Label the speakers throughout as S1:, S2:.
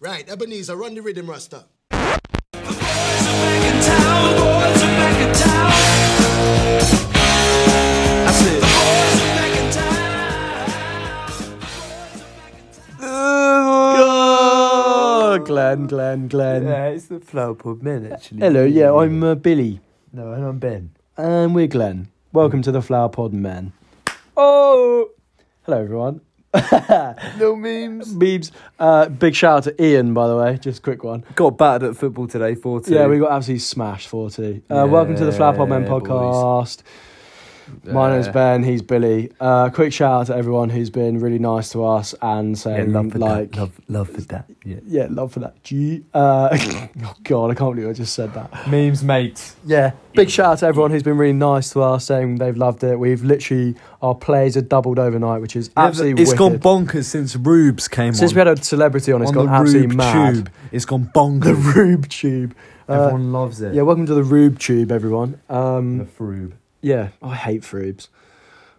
S1: Right, Ebenezer, run the rhythm, Rasta.
S2: Oh, Glenn, Glenn, Glen.
S3: Yeah, it's the flower pod men actually.
S2: Hello, yeah, I'm uh, Billy,
S3: No, and I'm Ben.
S2: and we're Glenn. Welcome to the Flower Pod Man. Oh, hello everyone.
S3: No memes.
S2: Beebs. Uh, big shout out to Ian, by the way. Just a quick one.
S3: Got battered at football today, four two.
S2: Yeah, we got absolutely smashed 40. Uh, welcome to the Flower Pod Man
S3: Yeah, boys.
S2: podcast. My name's Ben. He's Billy. Uh, quick shout out to everyone who's been really nice to us and
S3: Yeah,
S2: saying
S3: love for
S2: like,
S3: that. Love, love for that. Yeah.
S2: yeah, love for that. G. Uh, oh God, I can't believe I just said that.
S3: Memes, mate.
S2: Yeah, big shout out to everyone who's been really nice to us, saying they've loved it. We've literally our plays have doubled overnight, which is absolutely.
S3: It's gone
S2: wicked.
S3: bonkers since Rubes came
S2: Since
S3: on.
S2: we had a celebrity on, it's
S3: on
S2: gone
S3: the
S2: absolutely
S3: Rube
S2: mad.
S3: tube. It's gone bonkers.
S2: The Rube Tube. Uh,
S3: Everyone loves it.
S2: yeah, welcome to the Rube Tube, everyone. Um,
S3: the froob.
S2: yeah, I hate Rubes.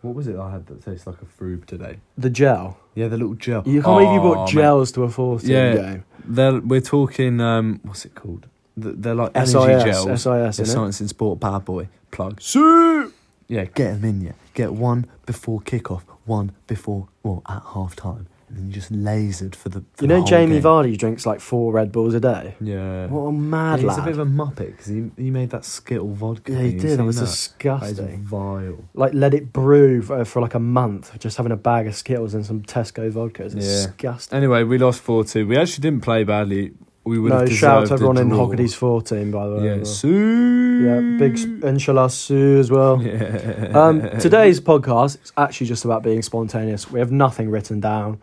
S3: What was it I had that tastes like a froob today?
S2: The gel.
S3: Yeah, the little gel.
S2: You can't believe you
S3: Oh,
S2: bought
S3: man.
S2: gels to a fourteen
S3: Yeah.
S2: game.
S3: They're, we're talking. Um, what's it called? Th- They're like energy
S2: SIS,
S3: gels.
S2: SIS,
S3: They're
S2: innit?
S3: science and sport bad boy plug.
S2: So
S3: Yeah, get them in you. Get one before kickoff, one before well at half time, and then you just lasered for the. For
S2: you
S3: the
S2: know
S3: whole
S2: Jamie
S3: game.
S2: Vardy drinks like four Red Bulls a day.
S3: Yeah.
S2: What a mad
S3: He's
S2: lad.
S3: a bit of a muppet because he, he made that Skittle vodka.
S2: yeah,
S3: Have
S2: he
S3: you
S2: did. It
S3: seen
S2: was
S3: that? That is
S2: disgusting.
S3: vile.
S2: like let it brew for, for like a month, just having a bag of Skittles and some Tesco vodka. It's
S3: Yeah.
S2: disgusting.
S3: Anyway, we lost four two. We actually didn't play badly. We would
S2: No,
S3: have
S2: shout out
S3: deserved
S2: to everyone
S3: a
S2: in
S3: draw.
S2: Hockady's 14, by the way.
S3: Yeah,
S2: as
S3: Sue.
S2: well. yeah, big s- inshallah Sue as well.
S3: Yeah.
S2: Um, today's podcast is actually just about being spontaneous. We have nothing written down.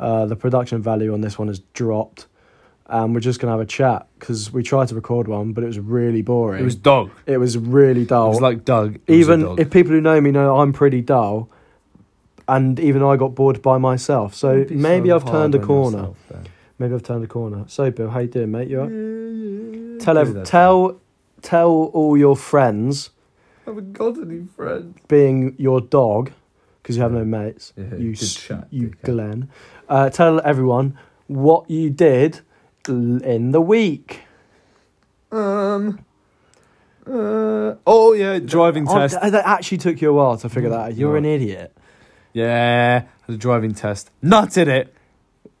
S2: Uh, the production value on this one has dropped. And we're just going to have a chat because we tried to record one, but it was really boring.
S3: It was dog.
S2: It was really dull.
S3: It was like Doug. It was a
S2: Oh, even
S3: dog.
S2: if people who know me know I'm pretty dull, and even I got bored by myself. So
S3: Don't be
S2: maybe
S3: so
S2: I've turned a
S3: hard on
S2: corner.
S3: yourself there.
S2: Maybe I've turned a corner. So Bill, how you doing, mate? You all right?
S3: Yeah, yeah.
S2: Tell
S3: Do
S2: ev-
S3: that.
S2: tell tell all your friends,
S3: I haven't got any friends.
S2: being your dog, because you have no mates.
S3: Yeah,
S2: you
S3: good
S2: s-
S3: chat,
S2: you
S3: dickhead.
S2: Glenn. Uh, tell everyone what you did l- in the week.
S3: Um. Uh, oh yeah, driving
S2: Oh,
S3: test. Mm.
S2: th- that actually took you a while to figure that out. You're
S3: no.
S2: an idiot.
S3: Yeah, had a driving test. Nutted it.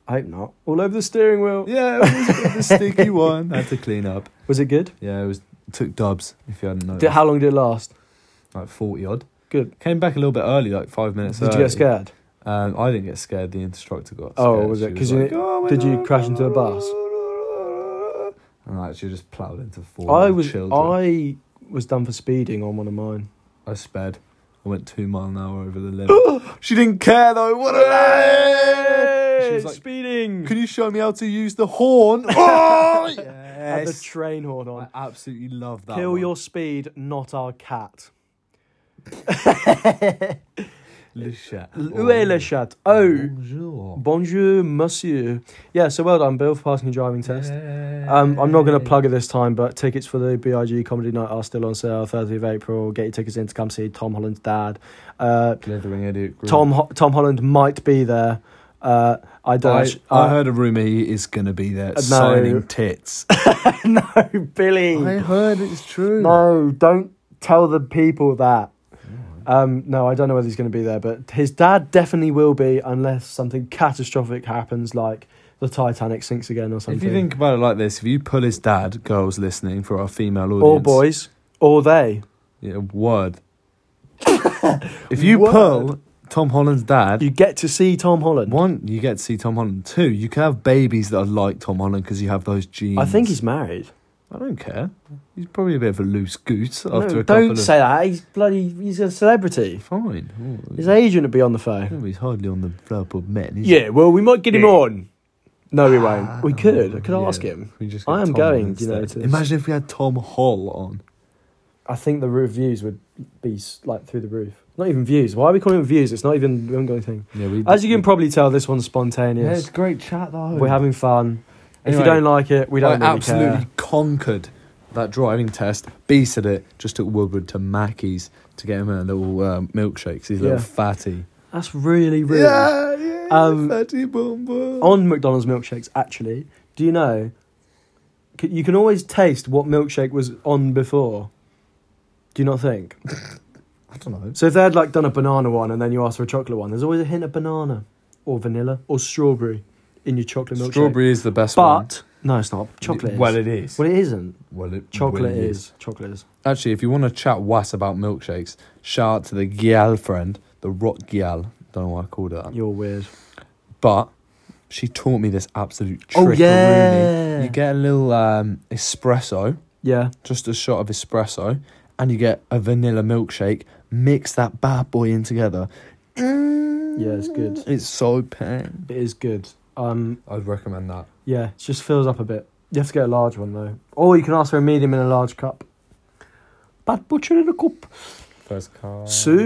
S2: I hope not. All over the steering wheel.
S3: Yeah, it was a bit of a sticky one. Had to clean up.
S2: Was it good?
S3: Yeah, it was took dubs. If you hadn't noticed,
S2: Did, how long did it last?
S3: like forty odd.
S2: Good.
S3: Came back a little bit early, like five minutes.
S2: Did you
S3: early.
S2: get scared?
S3: Um, I didn't get scared. The instructor got.
S2: Oh,
S3: scared.
S2: was it?
S3: She
S2: 'Cause you-
S3: "Oh, we're
S2: did you
S3: not-
S2: crash into a bus?"
S3: And I actually just ploughed into four.
S2: I
S3: little
S2: was
S3: Children.
S2: I was done for speeding on one of mine.
S3: I sped. I went two mile an hour over the limit. she didn't care though. What a lad! She was like,
S2: speeding.
S3: "Can you show me how to use the horn?" Oh,
S2: Had the
S3: yes.
S2: train horn on.
S3: I absolutely love that.
S2: Kill
S3: one.
S2: your speed, not our cat.
S3: le chat.
S2: Où est le chat? Oh,
S3: Bonjour.
S2: bonjour, monsieur. Yeah, so well done, Bill, for passing your driving test. Um, I'm not going to plug it this time, but tickets for the BIG comedy night are still on sale, 30th of April. Get your tickets in to come see Tom Holland's dad. Uh,
S3: Blithering idiot. group.
S2: Tom Ho- Tom Holland might be there. Uh, I don't.
S3: I,
S2: actu-
S3: I
S2: uh,
S3: heard a rumor he is going to be there
S2: no.
S3: signing tits.
S2: no, Billy.
S3: heard it's
S2: Hmm.
S3: true.
S2: No, don't tell the people that. Um, no, I don't know whether he's going to be there, but his dad definitely will be, unless something catastrophic happens, like the Titanic sinks again or something.
S3: If you think about it like this, if you pull his dad, girls listening for our female audience,
S2: or boys, or they.
S3: yeah, word. if you
S2: Word.
S3: pull Tom Holland's dad,
S2: You get to see Tom Holland.
S3: one, you get to see Tom Holland. Two, you can have babies that are like Tom Holland because you have those genes.
S2: I think he's married.
S3: I don't care. He's probably a bit of a loose goose after
S2: no,
S3: a couple
S2: don't
S3: of.
S2: say that. He's bloody. He's a celebrity.
S3: Fine. Oh,
S2: His agent would be on the phone.
S3: no, he's hardly on the flap of men. is he?
S2: Yeah, well, we might get him
S3: Yeah.
S2: on. No, we won't. We could. I could
S3: Ah, Yeah.
S2: ask him.
S3: We just
S2: I
S3: get
S2: am
S3: Tom
S2: going,
S3: instead.
S2: you know, to-
S3: Imagine if we had Tom Hall on.
S2: I think the reviews would be like through the roof. Not even views. Why are we calling it views? It's not even. We haven't got anything.
S3: Yeah, we,
S2: As you can probably tell, this one's spontaneous.
S3: great chat though.
S2: We're having fun. if you
S3: Anyway,
S2: don't like it, we
S3: We
S2: don't really
S3: absolutely
S2: care.
S3: conquered that driving test. Beasted it. Just took Woodward to Mackey's to get him a little uh, milkshake. 'cause He's a little
S2: Yeah.
S3: fatty.
S2: That's really, really.
S3: Yeah, yeah.
S2: Um,
S3: fatty boom boom.
S2: On McDonald's milkshakes, actually, Do you know? c- You can always taste what milkshake was on before. Do you not think?
S4: I don't know.
S2: So if they had like done a banana one and then you asked for a chocolate one, there's always a hint of banana or vanilla or strawberry in your chocolate milkshake.
S3: Strawberry is the best one.
S2: but no, it's not. Chocolate. Is.
S3: Well, it is.
S2: Well, it isn't.
S3: Well, it
S2: Chocolate
S3: well, it
S2: is. Chocolate is.
S3: Actually, if you want to chat was about milkshakes, shout out to the Gial friend, the rock Gial. Don't know why I called her that.
S2: You're weird.
S3: But she taught me this absolute
S2: Oh,
S3: trick.
S2: yeah.
S3: You get a little um, espresso,
S2: Yeah.
S3: just a shot of espresso, and you get a vanilla milkshake. Mix that bad boy in together. Mm,
S2: Yeah, it's good.
S3: It's so pang.
S2: It is good. Um.
S3: I'd recommend that.
S2: Yeah. It just fills up a bit. You have to get a large one though, or you can ask for a medium in a large cup. Bad butcher in a cup.
S3: First car.
S2: So,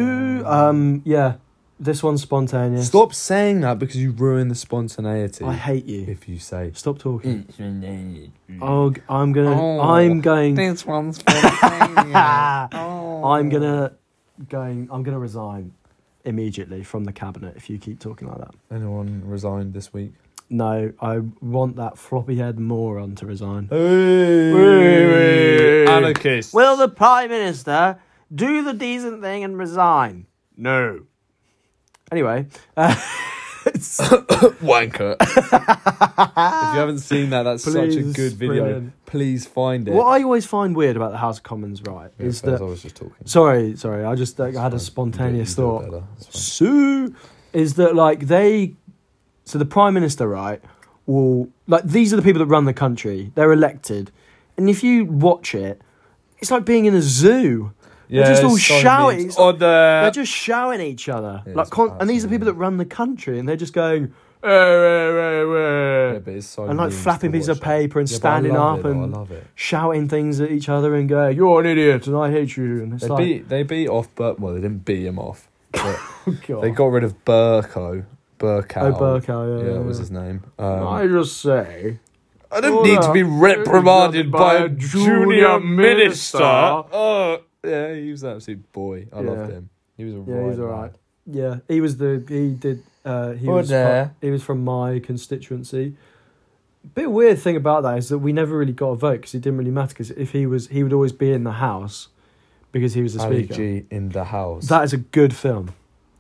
S2: um, yeah, this one's spontaneous.
S3: Stop saying that because you ruin the spontaneity.
S2: I hate you.
S3: if you say.
S2: Stop talking.
S3: Oh,
S2: Oh, I'm gonna.
S3: Oh.
S2: I'm going.
S3: one's
S2: I'm gonna going I'm gonna resign immediately from the cabinet if you keep talking like that.
S3: Anyone resigned this week?
S2: No, I want that floppy head moron to resign.
S3: Hey, anarchist.
S2: Will the Prime Minister do the decent thing and resign? No. Anyway, uh, it's
S3: wanker. if you haven't seen that, that's such a
S2: Please,
S3: good video.
S2: brilliant.
S3: Please find it.
S2: what I always find weird about the House of Commons, right,
S3: Yeah,
S2: is
S3: Fez,
S2: that
S3: I was just talking.
S2: sorry, sorry, I just like, I had a
S3: Fine.
S2: spontaneous
S3: You do- you do
S2: thought.
S3: it better. It's fine.
S2: Sue is that like they so the prime minister right will like these are the people that run the country they're elected and if you watch it it's like being in a zoo
S3: Yeah,
S2: just all
S3: it's so
S2: shouting.
S3: mean. Oh, It's on the-
S2: they're just shouting at each other
S3: Yeah,
S2: like
S3: it's
S2: con- and these are
S3: absolutely-
S2: people that run the country and they're just going "Eh, eh, eh, eh,"
S3: Yeah, but it's so
S2: and like
S3: mean to
S2: flapping pieces of
S3: watch it.
S2: paper and
S3: Yeah, but I
S2: standing
S3: love
S2: up
S3: it, though, I
S2: and
S3: love it.
S2: shouting things at each other and going you're an idiot and I hate you and it's
S3: They
S2: like
S3: beat they beat off Bur well they didn't beat him off. but
S2: oh god
S3: they got rid of Burko. Burkow.
S2: Oh, Burkow, yeah,
S3: Yeah,
S2: yeah,
S3: that was
S2: yeah.
S3: his name.
S2: Can
S3: Um,
S2: I just say
S3: I
S2: don't need to be reprimanded by a junior minister.
S3: Oh, yeah, he was an absolute boy. I
S2: Yeah.
S3: loved him. He was a
S2: Yeah, he's
S3: right
S2: alright.
S3: lad.
S2: Yeah, he was the he did uh, he
S3: Oh,
S2: was
S3: there.
S2: from, he was from my constituency. Bit weird thing about that is that we never really got a vote because it didn't really matter. Because if he was, he would always be in the house because he was the
S3: Ali
S2: speaker.
S3: G in the house.
S2: That is a good film.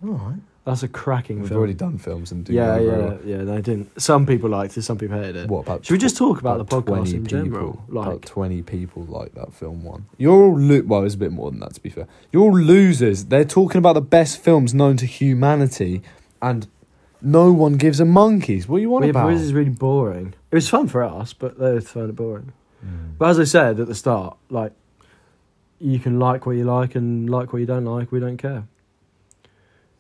S4: All right.
S2: That's a cracking
S3: We've
S2: film.
S3: already done films and do
S2: yeah,
S3: them
S2: yeah,
S3: very well.
S2: yeah. They didn't. Some people liked it. Some people hated it.
S3: What about?
S2: Should we
S3: tw-
S2: just talk about, the podcast
S3: 20
S2: in general?
S3: People, about
S2: Like,
S3: twenty people like that film one. You're all lo- well. It's a bit more than that to be fair. You're all losers. They're talking about the best films known to humanity, and no one gives a monkeys. What are you on
S2: yeah, but
S3: about?
S2: this is really boring. It was fun for us, but they found it boring.
S3: Hmm.
S2: But as I said at the start, like you can like what you like and like what you don't like. We don't care.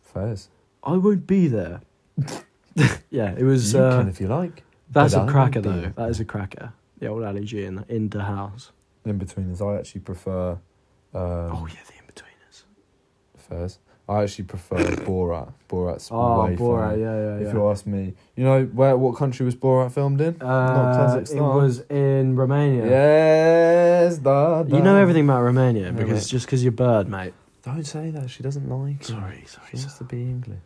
S3: Fairs.
S2: I won't be there. yeah, it was.
S3: You can
S2: Uh,
S3: if you like.
S2: that's
S3: but I
S2: a
S3: won't
S2: cracker
S3: be
S2: though.
S3: there.
S2: That is a cracker. The old Ali G in the, in the house.
S3: In between us, I actually prefer. Um,
S2: oh yeah, the in betweeners.
S3: Fairs. I actually prefer Borat. Borat's
S2: Oh
S3: way
S2: Borat,
S3: funnier.
S2: yeah, yeah, yeah.
S3: If you ask me, you know where what country was Borat filmed in?
S2: uh,
S3: Not
S2: it
S3: Kazakhstan.
S2: was in Romania.
S3: Yes, da, da.
S2: You know everything about Romania because
S3: mate.
S2: it's just because you're bird, mate.
S3: Don't say that. She doesn't like. it.
S2: Sorry, sorry,
S3: She
S2: sir.
S3: wants to be English.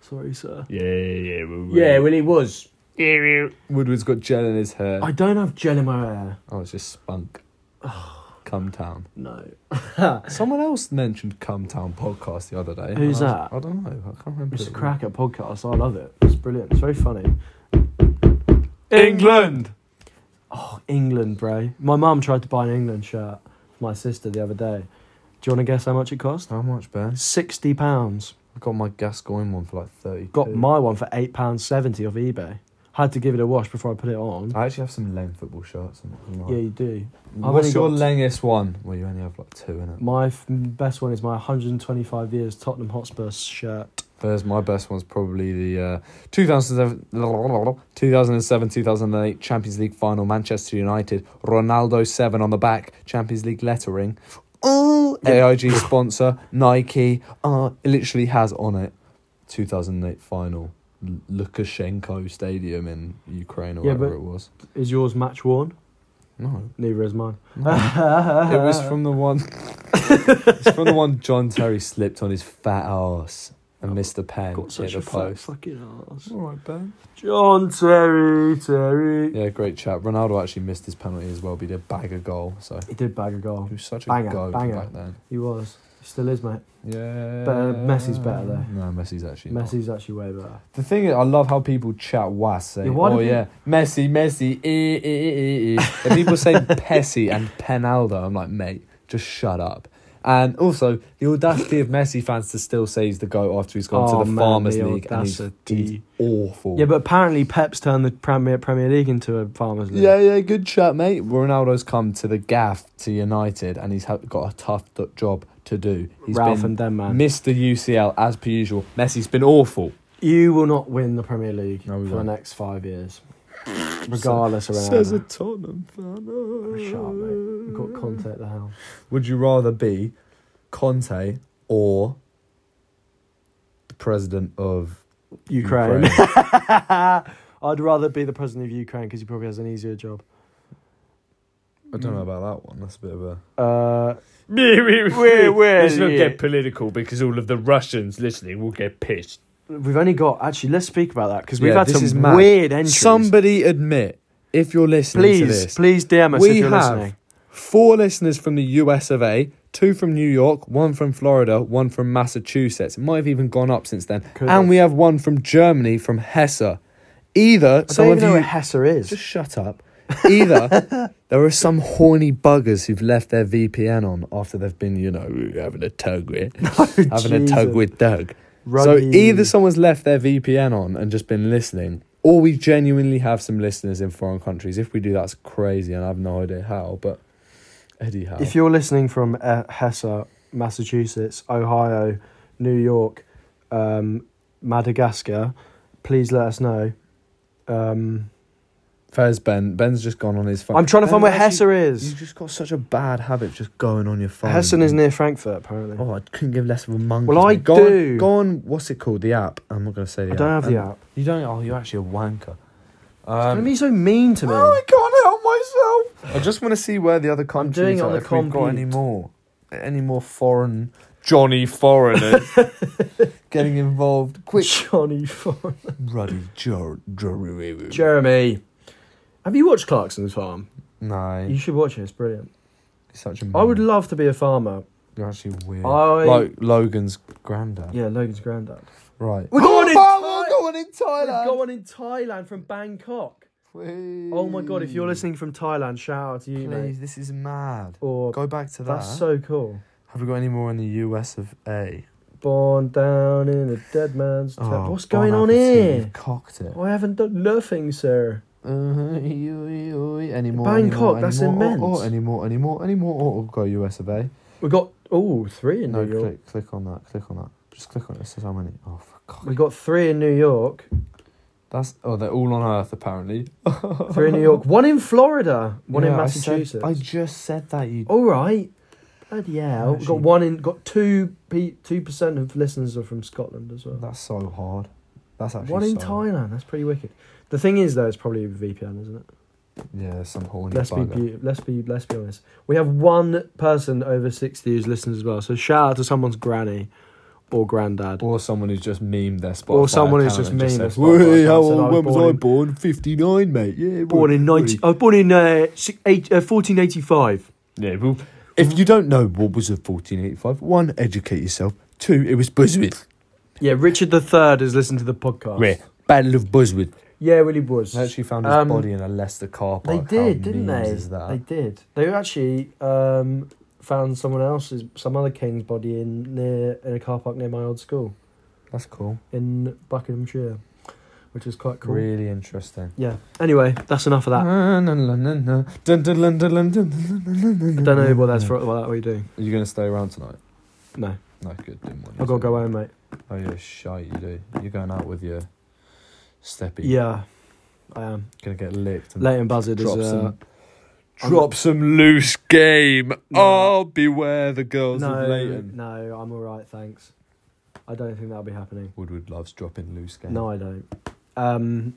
S2: Sorry, sir.
S3: Yeah, yeah,
S2: Yeah, well, he was.
S3: Woodward's got gel in his hair.
S2: I don't have gel in my hair.
S3: Oh, it's just spunk. Come Town.
S2: No.
S3: Someone else mentioned Come Town podcast the other day.
S2: Who's
S3: and
S2: that?
S3: I, was- I don't know. I can't remember.
S2: It's a
S3: who it
S2: cracker podcast. I love it. It's brilliant. It's very funny.
S3: was. England.
S2: Oh, England, bro. My mum tried to buy an England shirt for my sister the other day. Do you want to guess how much it cost?
S3: How much, Ben?
S2: Sixty pounds.
S3: I got my Gascoigne one for like thirty.
S2: Got my one for eight pounds seventy off eBay. Had to give it a wash before I put it on.
S3: I actually have some Leng football shirts. I'm not gonna lie.
S2: Yeah, you do. I've only
S3: What's your
S2: got-
S3: longest one? Well, you only have like two in it.
S2: My f- best one is my 125 years Tottenham Hotspur shirt.
S3: There's my best one's probably the uh, 2007, 2007 2008 Champions League final Manchester United Ronaldo 7 on the back Champions League lettering oh AIG sponsor Nike uh, it literally has on it 2008 final L- Lukashenko Stadium in Ukraine or
S2: Yeah,
S3: whatever
S2: but-
S3: it was
S2: Is yours match worn?
S3: no
S2: Neither is mine.
S3: it
S2: Uh-huh.
S3: was from the one it's from the one John Terry slipped on his fat ass and missed the pen
S2: Oh, Got
S3: hit
S2: such
S3: the
S2: a fat
S3: post.
S2: fucking ass.
S3: All right, Ben.
S2: John Terry, Terry.
S3: Yeah, great chat. Ronaldo actually missed his penalty as well, but he did bag a goal. So
S2: He did bag a goal.
S3: he was such a
S2: Banger,
S3: goat
S2: banger.
S3: back then.
S2: He was. He still is, mate.
S3: Yeah.
S2: But, uh, Messi's better, though.
S3: No, Messi's actually. not.
S2: Messi's actually way better.
S3: The thing is, I love how people chat was say,
S2: Yeah, why
S3: oh
S2: do
S3: yeah, Messi, Messi, eh, eh, eh, eh, eh. And people say Pessi and Penaldo. I'm like, mate, just shut up. And also, the audacity of Messi fans to still say he's the GOAT after he's gone
S2: Oh,
S3: to the
S2: man,
S3: Farmers
S2: the
S3: League and he's,
S2: audacity.
S3: he's awful.
S2: Yeah, but apparently Pep's turned the Premier Premier League into a farmers league.
S3: Yeah, yeah, good chat, mate. Ronaldo's come to the gaff to United, and he's ha- got a tough d- job to do. He's
S2: Ralph
S3: been
S2: and them, man.
S3: missed the UCL as per usual. Messi's been awful.
S2: You will not win the Premier League
S3: No, we
S2: for the
S3: won't.
S2: next five years, regardless of
S3: Says a
S2: Ronaldo.
S3: Tottenham fan.
S2: Shut up, mate. We've got Conte at the helm.
S3: Would you rather be Conte or the president of
S2: Ukraine. I'd rather be the president of Ukraine because he probably has an easier job.
S3: I don't know about that one. That's a bit of a.
S2: Uh,
S5: Where,
S2: where,
S5: Let's not
S2: yeah.
S5: get political because all of the Russians listening will get pissed.
S2: we've only got actually. Let's speak about that because we've
S3: Yeah,
S2: had
S3: this is
S2: some
S3: mad.
S2: weird entries.
S3: Somebody admit if you're listening to
S2: please,
S3: this.
S2: please DM us
S3: we
S2: if you're
S3: have
S2: listening.
S3: four listeners from the US of A, two from New York, one from Florida, one from Massachusetts. It might have even gone up since then.
S2: Could
S3: and
S2: have.
S3: we have one from Germany, from Hesse. Either
S2: I don't
S3: some
S2: even
S3: of
S2: know
S3: you
S2: where Hesse is.
S3: Just shut up. Either there are some horny buggers who've left their VPN on after they've been, you know, having a tug with, having a tug
S2: Oh, Jesus.
S3: with Doug. So
S2: Ruddy.
S3: either someone's left their VPN on and just been listening, or we genuinely have some listeners in foreign countries. If we do, that's crazy, and I have no idea how. But Eddie, how?
S2: If you're listening from uh, Hesse, Massachusetts, Ohio, New York, um, Madagascar, please let us know. Um,
S3: Fez Ben, Ben's just gone on his phone.
S2: I'm trying to
S3: Ben,
S2: find where Hesse
S3: actually,
S2: is.
S3: You've just got such a bad habit, of just going on your phone.
S2: Hessen is near Frankfurt, apparently.
S3: Oh, I couldn't give less of a monkey.
S2: Well, I
S3: go On,
S2: do.
S3: go on, what's it called? The app. I'm not going to say the
S2: I
S3: app.
S2: don't have the
S3: Um,
S2: app. Um,
S3: You don't? Oh, you're actually a wanker.
S2: Don't be so mean to me.
S3: Oh, I can't help myself. I just want to see where the other countries
S2: doing it
S3: are.
S2: on the
S3: if we've got
S2: compute.
S3: any more, any more foreign Johnny foreigners getting involved. Quick,
S2: Johnny Foreigner.
S3: ruddy Joe.
S2: Jeremy. Have you watched Clarkson's Farm?
S3: No, Mm.
S2: You should watch it. It's brilliant.
S3: he's such a.
S2: I would
S3: man.
S2: love to be a farmer.
S3: You're actually weird.
S2: I-
S3: Lo- Logan's granddad.
S2: Yeah, Logan's granddad.
S3: Right.
S2: We're going in
S3: Oh,
S2: Thai-
S3: we're going in
S2: We've
S3: Thailand.
S2: got one in Thailand from Bangkok. Oh my god! If you're listening from Thailand, shout out to you, mate.
S3: Mm. Please, this is mad.
S2: Or
S3: Go back to that.
S2: Oh, that's so cool.
S3: Have we got any more in the US of A?
S2: Born down in a dead man's tap.
S3: Oh,
S2: What's
S3: bon
S2: going on
S3: appetit,
S2: here?
S3: you've Cocked it.
S2: I haven't done nothing, sir.
S3: Uh, you- you- you- any more?
S2: Bangkok,
S3: any more,
S2: that's
S3: any more,
S2: immense.
S3: Oh, oh, any more? Any more? Any more? Oh, oh, go US of A.
S2: We got oh three in
S3: No,
S2: New York.
S3: click, click on that. Click on that. Just click on it. It says how many. Oh, for God.
S2: We got three in New York,
S3: That's oh, they're all on Earth apparently.
S2: three in New York, one in Florida, one in
S3: Yeah, I said-
S2: Massachusetts. Oh.
S3: I, just said that you.
S2: All right, bloody hell. We
S3: Actually-
S2: got one in. Got two two percent of listeners are from Scotland as well.
S3: That's so hard. That's actually
S2: One in
S3: so-
S2: Thailand. That's pretty wicked. The thing is, though, it's probably VPN, isn't it?
S3: Yeah, there's some horny
S2: Let's be,
S3: bugger.
S2: be let's be let's be honest. We have one person over sixty who's listening as well. So shout out to someone's granny or granddad.
S3: Or someone who's just memed their Spotify.
S2: Or someone who's
S3: account
S2: just
S3: and
S2: memed
S3: says,
S2: their Spotify
S3: "Hey,
S2: account
S3: how
S2: and said,
S3: old-
S2: "I
S3: when
S2: was
S3: was I
S2: born in-
S3: born? 59, mate. Yeah,
S2: born in ninety. I was born in uh, si- eight, uh, fourteen eighty five.
S3: Yeah, well, if you don't know what was a 1485, one, educate yourself. Two, it was Buzzwith.
S2: Yeah, Richard the Third has listened to the podcast.
S3: Yeah, Battle of Buzzwith.
S2: Yeah, really was.
S3: They actually found his
S2: Um,
S3: body in a Leicester car
S2: They
S3: park.
S2: did,
S3: How
S2: didn't
S3: memes
S2: they?
S3: Is that?
S2: They did. They actually um, found someone else's, some other king's body in near in a car park near my old school
S3: That's cool.
S2: in Buckinghamshire, which is quite cool.
S3: Really interesting.
S2: Yeah. Anyway, that's enough of that. I
S3: don't
S2: don't know what that's for.
S3: Mm-hmm.
S2: What that we doing?
S3: Are you going to stay around tonight?
S2: No,
S3: No, good. Didn't want you
S2: I've got to
S3: to.
S2: go home, mate.
S3: Oh, yeah, shite, you do. You're going out with your steppy.
S2: Yeah, I am.
S3: Going to get licked. And
S2: Leighton Buzzard is.
S3: drop
S2: Uh,
S3: some,
S2: I'm-
S3: drop some loose game.
S2: No.
S3: Oh, beware the girls of
S2: no,
S3: Leighton.
S2: no, I'm all right, thanks. I don't think that'll be happening.
S3: Woodward loves dropping loose game.
S2: No, I don't. Um,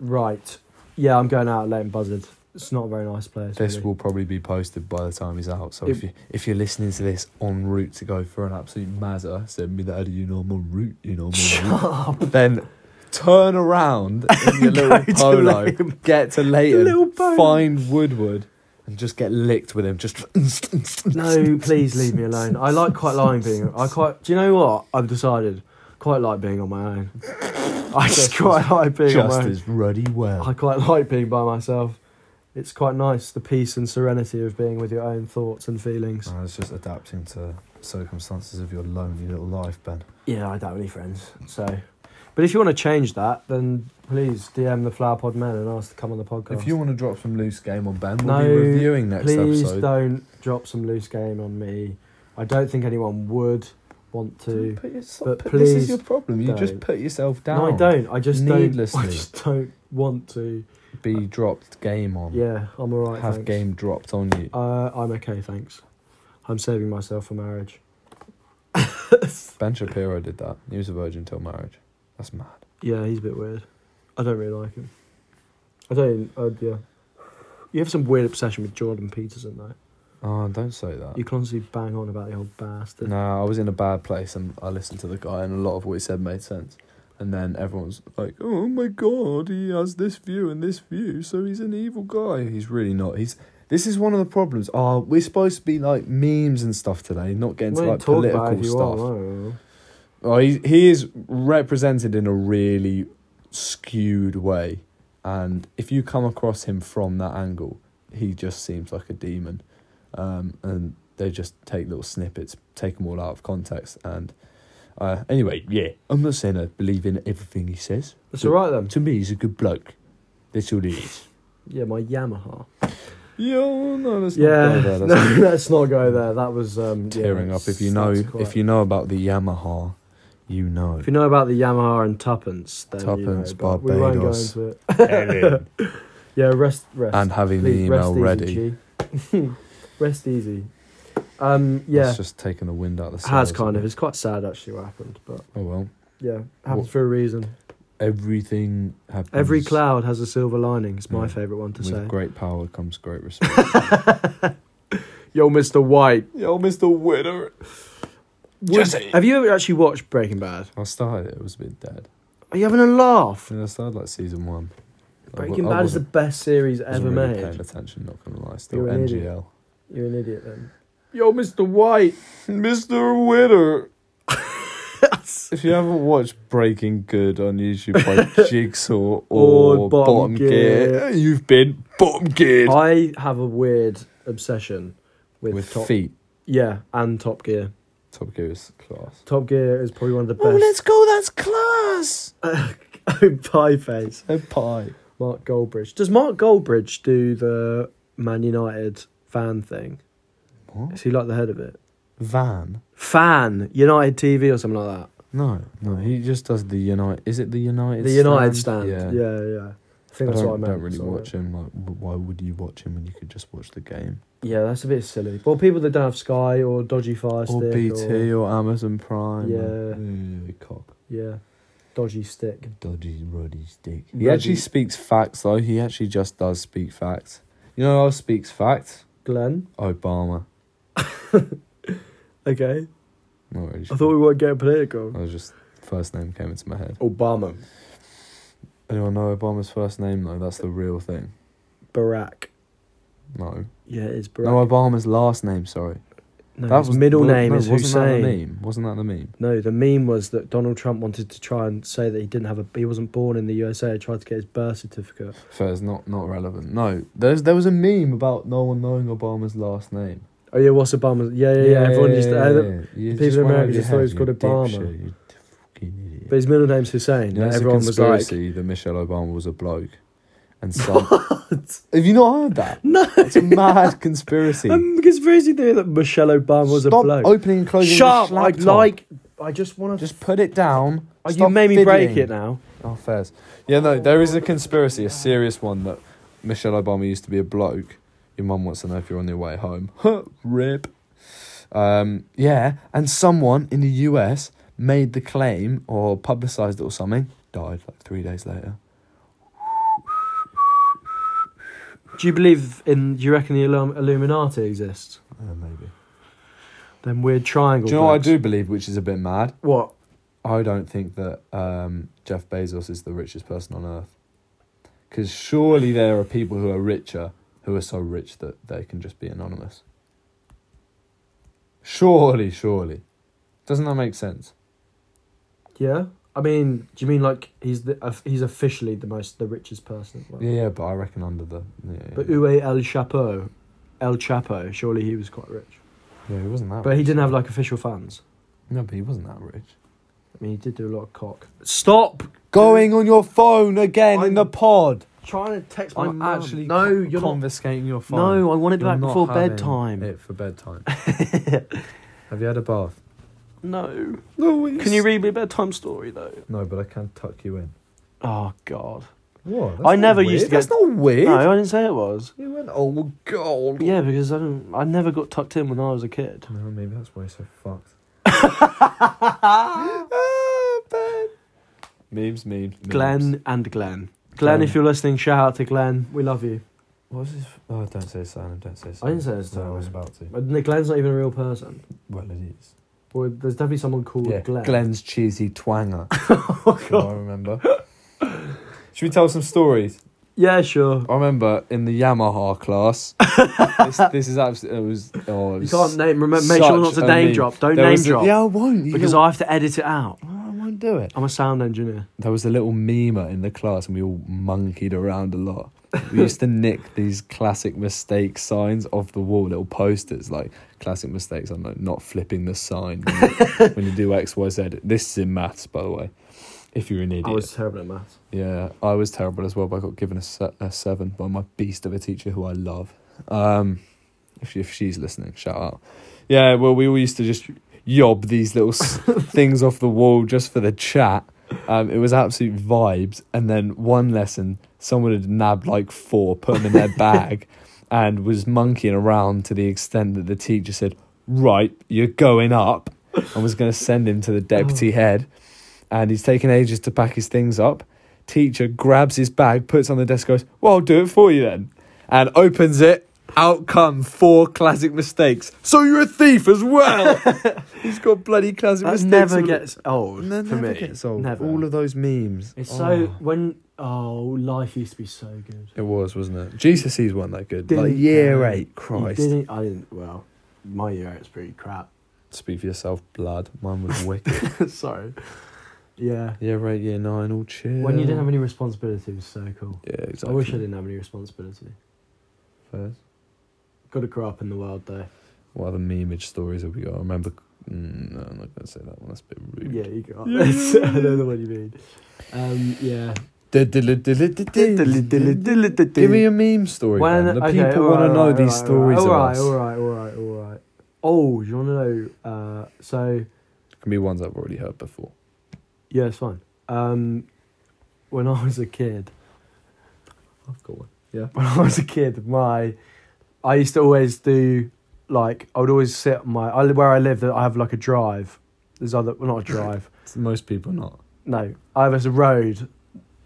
S2: right. Yeah, I'm going out at Leighton Buzzard. It's not a very nice place.
S3: This
S2: really.
S3: will probably be posted by the time he's out. So if
S2: It-
S3: you if you're listening to this en route to go for an absolute mazza, send me that you normal route, you normal route. Then turn around in your
S2: Go
S3: little
S2: to
S3: polo,
S2: Leighton.
S3: get to Leighton,
S2: Little polo.
S3: find Woodward, and just get licked with him. Just
S2: No, please leave me alone. I like quite lying being. I quite. Do you know what? I've decided. Quite like being on my own. I just quite like being on
S3: just
S2: my own.
S3: as ruddy well.
S2: I quite like being by myself. It's quite nice the peace and serenity of being with your own thoughts and feelings.
S3: I was Uh, just adapting to circumstances of your lonely little life, Ben.
S2: Yeah, I don't have any friends, so. But if you want to change that, then please DM the Flower Pod Men and ask to come on the podcast.
S3: If you want to drop some loose game on Ben, we'll
S2: No,
S3: be reviewing next
S2: please
S3: episode.
S2: don't drop some loose game on me. I don't think anyone would want to.
S3: Put your-
S2: but
S3: put- this
S2: please
S3: is your problem. You just
S2: don't.
S3: put yourself down.
S2: No, I don't. I just don't. I
S3: Needlessly.
S2: just don't want to.
S3: Be dropped game on.
S2: Yeah, I'm alright.
S3: Have
S2: thanks.
S3: game dropped on you.
S2: Uh, I'm okay, thanks. I'm saving myself for marriage.
S3: ben Shapiro did that. He was a virgin till marriage. That's mad.
S2: Yeah, he's a bit weird. I don't really like him. I don't. Uh, yeah. You have some weird obsession with Jordan Peterson, though.
S3: Oh, don't say that.
S2: You constantly bang on about the old bastard.
S3: No, I was in a bad place and I listened to the guy and a lot of what he said made sense. And then everyone's like, "Oh my god, he has this view and this view, so he's an evil guy." He's really not. He's this is one of the problems. Oh, we're supposed to be like memes and stuff today, not getting
S2: Well,
S3: to
S2: you
S3: like
S2: talk about it
S3: political
S2: if you want,
S3: stuff.
S2: I don't know.
S3: Oh, he he is represented in a really skewed way, and if you come across him from that angle, he just seems like a demon, um, and they just take little snippets, take them all out of context, and uh, anyway, yeah, I'm not saying I believe in everything he says.
S2: It's all right then.
S3: To me, he's a good bloke. That's all he is.
S2: Yeah, my Yamaha.
S3: Yeah, no, that's
S2: yeah,
S3: not there.
S2: no, let's not go there. That was um, yeah,
S3: tearing up. If you know,
S2: that's- that's
S3: if
S2: quite-
S3: you know about the Yamaha, you know.
S2: if you know about the Yamaha and Tuppence, then you know,
S3: Tuppence,
S2: but we won't go
S3: Barbados.
S2: into it.
S5: Ellen.
S2: Yeah, rest, rest.
S3: and having
S2: Please,
S3: the email
S2: rest
S3: ready.
S2: Easy, G. rest easy. Um, yeah,
S3: It's just taking the wind out of the sails.
S2: has kind of. It's quite sad actually what happened, but
S3: Oh well.
S2: yeah, happens
S3: What-
S2: for a reason.
S3: Everything happens.
S2: Every cloud has a silver lining. It's my
S3: Yeah.
S2: favourite one to
S3: With
S2: say.
S3: great power comes great respect.
S2: Yo, Mr. White.
S3: Yo, Mr. Winner. Jesse.
S2: Have you ever actually watched Breaking Bad?
S3: I started it, it was a bit dead.
S2: Are you having a laugh?
S3: I, mean, I started like season one. I wa-
S2: Breaking
S3: I
S2: Bad is the
S3: wasn't-
S2: best series
S3: wasn't
S2: ever
S3: really
S2: made.
S3: Paying attention, not gonna lie. Still
S2: You're an idiot.
S3: NGL.
S2: You're an idiot then.
S3: Yo, Mr. White. Mr. Winner. If you haven't watched Breaking Good on YouTube by Jigsaw or,
S2: Or Bottom Gear.
S3: you've been bottom geared
S2: I have a weird obsession with,
S3: with
S2: top,
S3: feet.
S2: Yeah, and Top Gear.
S3: Top Gear is class.
S2: Top Gear is probably one of the
S3: Oh, let's
S2: best.
S3: go. That's class.
S2: pie face.
S3: A pie.
S2: Mark Goldbridge. Does Mark Goldbridge do the Man United fan thing?
S3: What?
S2: Is he like the head of it?
S3: Van.
S2: Fan United TV or something like that.
S3: No, no. He just does the United. Is it the United?
S2: the United stand.
S3: Yeah.
S2: Yeah, yeah. I think
S3: I
S2: that's what
S3: don't,
S2: I meant.
S3: don't really
S2: sorry.
S3: watch him. Like, w- why would you watch him when you could just watch the game?
S2: Yeah, that's a bit silly. Well, people that don't have Sky or dodgy Fire
S3: Or
S2: Stick
S3: BT or, Amazon Prime.
S2: Yeah.
S3: Or, Ugh, cock.
S2: yeah, dodgy stick.
S3: Dodgy, ruddy stick. He
S2: Ruddy.
S3: actually speaks facts, though. He actually just does speak facts. You know who else speaks facts?
S2: Glenn.
S3: Obama.
S2: Okay.
S3: Not really
S2: I thought we weren't getting political.
S3: I was just. First name came into my head.
S2: Obama.
S3: Anyone know Obama's first name, though? That's the real thing.
S2: Barack.
S3: No.
S2: Yeah, it's Barack.
S3: No, Obama's last name, sorry.
S2: No, his middle
S3: well,
S2: name
S3: no,
S2: is
S3: wasn't That the
S2: Hussein.
S3: meme? Wasn't that the meme?
S2: No, the meme was that Donald Trump wanted to try and say that he didn't have a he wasn't born in the USA. Tried to get his birth certificate.
S3: Fair, it's not, not relevant. No, there's there was a meme about no one knowing Obama's last name.
S2: Oh yeah, what's Obama's? Yeah, yeah, yeah. everyone just uh,
S3: You
S2: people
S3: just
S2: in
S3: went
S2: America
S3: over
S2: just
S3: your
S2: thought he
S3: head,
S2: was
S3: you
S2: called
S3: dipshit,
S2: Obama.
S3: you d- fucking idiot.
S2: but his middle name's Hussein.
S3: You know,
S2: and
S3: there's
S2: everyone
S3: a
S2: was like,
S3: conspiracy that Michelle Obama was a bloke, and some. Have you not heard that?
S2: no,
S3: It's a mad conspiracy.
S2: um, conspiracy theory that Michelle Obama was
S3: Stop
S2: a bloke.
S3: opening and closing
S2: Shut
S3: this
S2: up! I
S3: laptop.
S2: like. I just want to.
S3: Just put it down.
S2: You
S3: Stop
S2: made me break
S3: fiddling.
S2: it now.
S3: Oh, fairs. Yeah, no, there is a conspiracy, a serious one that Michelle Obama used to be a bloke. Your mum wants to know if you're on your way home. Rip. Um, yeah, and someone in the US made the claim or publicised it or something, died like three days later.
S2: Do you believe in? Do you reckon the Illum- Illuminati exists?
S3: Uh, maybe.
S2: Them weird triangle.
S3: Do you know what I
S2: blokes?
S3: do believe, which is a bit mad?
S2: What?
S3: I don't think that um, Jeff Bezos is the richest person on earth. Because surely there are people who are richer who are so rich that they can just be anonymous. Surely, surely. Doesn't that make sense?
S2: Yeah. I mean, do you mean like he's the of- he's officially the most the richest person? Well,
S3: Yeah, yeah, but I reckon under the. Yeah, yeah,
S2: But
S3: yeah.
S2: Uwe El Chapo, El Chapo, surely he was quite rich.
S3: yeah, he wasn't that
S2: But he
S3: rich.
S2: didn't have like official fans.
S3: No, but he wasn't that rich.
S2: I mean, he did do a lot of cock. Stop
S3: Going on your phone again
S2: I'm-
S3: in the pod.
S2: trying to text my
S3: I'm
S2: mum.
S3: actually
S2: no,
S3: con-
S2: you're not.
S3: confiscating your phone.
S2: No, I wanted
S3: You're
S2: back
S3: not
S2: before
S3: having
S2: bedtime.
S3: It for bedtime. Have you had a bath?
S2: No.
S3: No.
S2: Can you read me a bedtime story though?
S3: No, but I can tuck you in.
S2: Oh God.
S3: What?
S2: I never used to
S3: That's
S2: get-
S3: not weird.
S2: No, I didn't say it was.
S3: You went oh god.
S2: Yeah, because I don't. I never got tucked in when I was a kid.
S3: No, maybe that's why you're so fucked. ah, ben. Memes, memes, memes.
S2: Glenn and Glenn. Glenn,
S3: Glenn.
S2: if you're listening, shout out to Glenn. We love you.
S3: What was his? Oh, don't say Simon. Don't say Simon.
S2: I didn't say it's
S3: No, I was
S2: Simon.
S3: about to.
S2: But Nick Glenn's not even a real person.
S3: Well, it is.
S2: Well, there's definitely someone called
S3: yeah,
S2: Glenn. Oh,
S3: Glenn's cheesy twanger. From I remember. Should we tell some stories?
S2: Yeah, sure.
S3: I remember in the Yamaha class. this, this is absolutely. It was. Oh, it
S2: You
S3: was
S2: can't name. Remember, make sure not
S3: such
S2: to
S3: a
S2: name
S3: meme.
S2: drop. Don't
S3: There
S2: name
S3: was a-
S2: drop
S3: Yeah, I won't. You
S2: because I have to edit it out.
S3: I won't do it.
S2: I'm a sound engineer.
S3: There was a little memer in the class, and we all monkeyed around a lot. We used to nick these classic mistake signs off the wall, little posters like classic mistakes. I'm like not flipping the sign when you, when you do X, Y, Z. This is in maths, by the way. If you're an idiot,
S2: I was terrible at maths.
S3: yeah, I was terrible as well, but I got given a, se- a seven by my beast of a teacher who I love. Um, if, she- if she's listening, shout out. Yeah, well, we all used to just yob these little s- things off the wall just for the chat. Um, it was absolute vibes. And then one lesson, someone had nabbed like four, put them in their bag, and was monkeying around to the extent that the teacher said, Right, you're going up, and was going to send him to the deputy head. And he's taken ages to pack his things up teacher grabs his bag, puts it on the desk, goes, Well, I'll do it for you then. And opens it. Out come four classic mistakes. So you're a thief as well. He's got bloody classic
S2: That
S3: mistakes.
S2: never
S3: all-
S2: gets old
S3: No,
S2: for
S3: never
S2: me.
S3: gets old.
S2: Never.
S3: All of those memes.
S2: It's
S3: Oh.
S2: so when oh life used to be so good.
S3: It was, wasn't it? GCSEs weren't that good.
S2: Didn't
S3: like year
S2: care.
S3: eight, Christ.
S2: You didn't. I didn't. Well, my year it's pretty crap.
S3: Speak for yourself, blood. Mine was wicked.
S2: Sorry. Yeah.
S3: year eight, year nine, all chill.
S2: When you didn't have any responsibility was so cool.
S3: Yeah, exactly.
S2: I wish I didn't have any responsibility.
S3: First.
S2: Got to grow up in the world though.
S3: What other memeage stories have we got? I remember. Mm, no, I'm not going to say that one. That's a bit rude.
S2: Yeah, you got. I know the one you mean. Um, yeah.
S3: Give me a meme story. then. The
S2: okay,
S3: people
S2: all
S3: want
S2: right,
S3: to know
S2: all right,
S3: these stories
S2: All right,
S3: of us.
S2: all right, all right, all right. Oh, do you want to know? Uh, so
S3: Can be ones I've already heard before.
S2: yeah, it's fine. Um, when I was a kid,
S3: I've got one. Yeah.
S2: when I was a kid, my I used to always do like I would always sit on my I, where I live. I have like a drive. There's other well, not a drive.
S3: Most people not.
S2: no, I have a road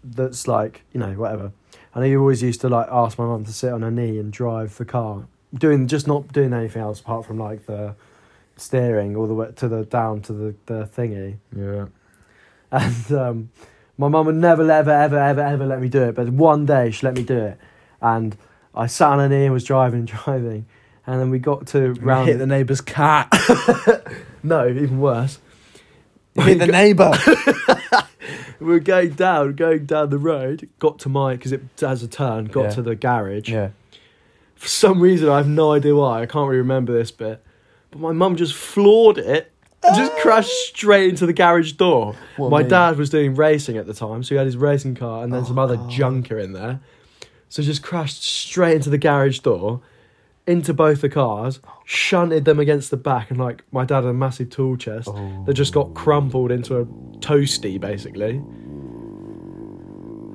S2: that's like you know whatever. And I always used to like ask my mum to sit on her knee and drive the car, doing just not doing anything else apart from like the steering all the way to the down to the, the thingy.
S3: Yeah.
S2: And um, my mum would never ever ever ever ever let me do it, but one day she let me do it, and I sat on her knee and was driving and driving, and then we got to round.
S3: Hit the neighbour's cat.
S2: no, even worse.
S3: Hit the neighbour.
S2: We were going down, going down the road, got to my, because it has a turn, got
S3: Yeah.
S2: to the garage.
S3: yeah.
S2: For some reason, I have no idea why, I can't really remember this bit, but my mum just floored it and just
S3: Ah!
S2: crashed straight into the garage door.
S4: What
S2: my
S4: made-
S2: dad was doing racing at the time, so he had his racing car and then some other
S3: Ah.
S2: junker in there. So just crashed straight into the garage door, into both the cars, shunted them against the back, and like my dad had a massive tool chest that just got crumpled into a toasty basically.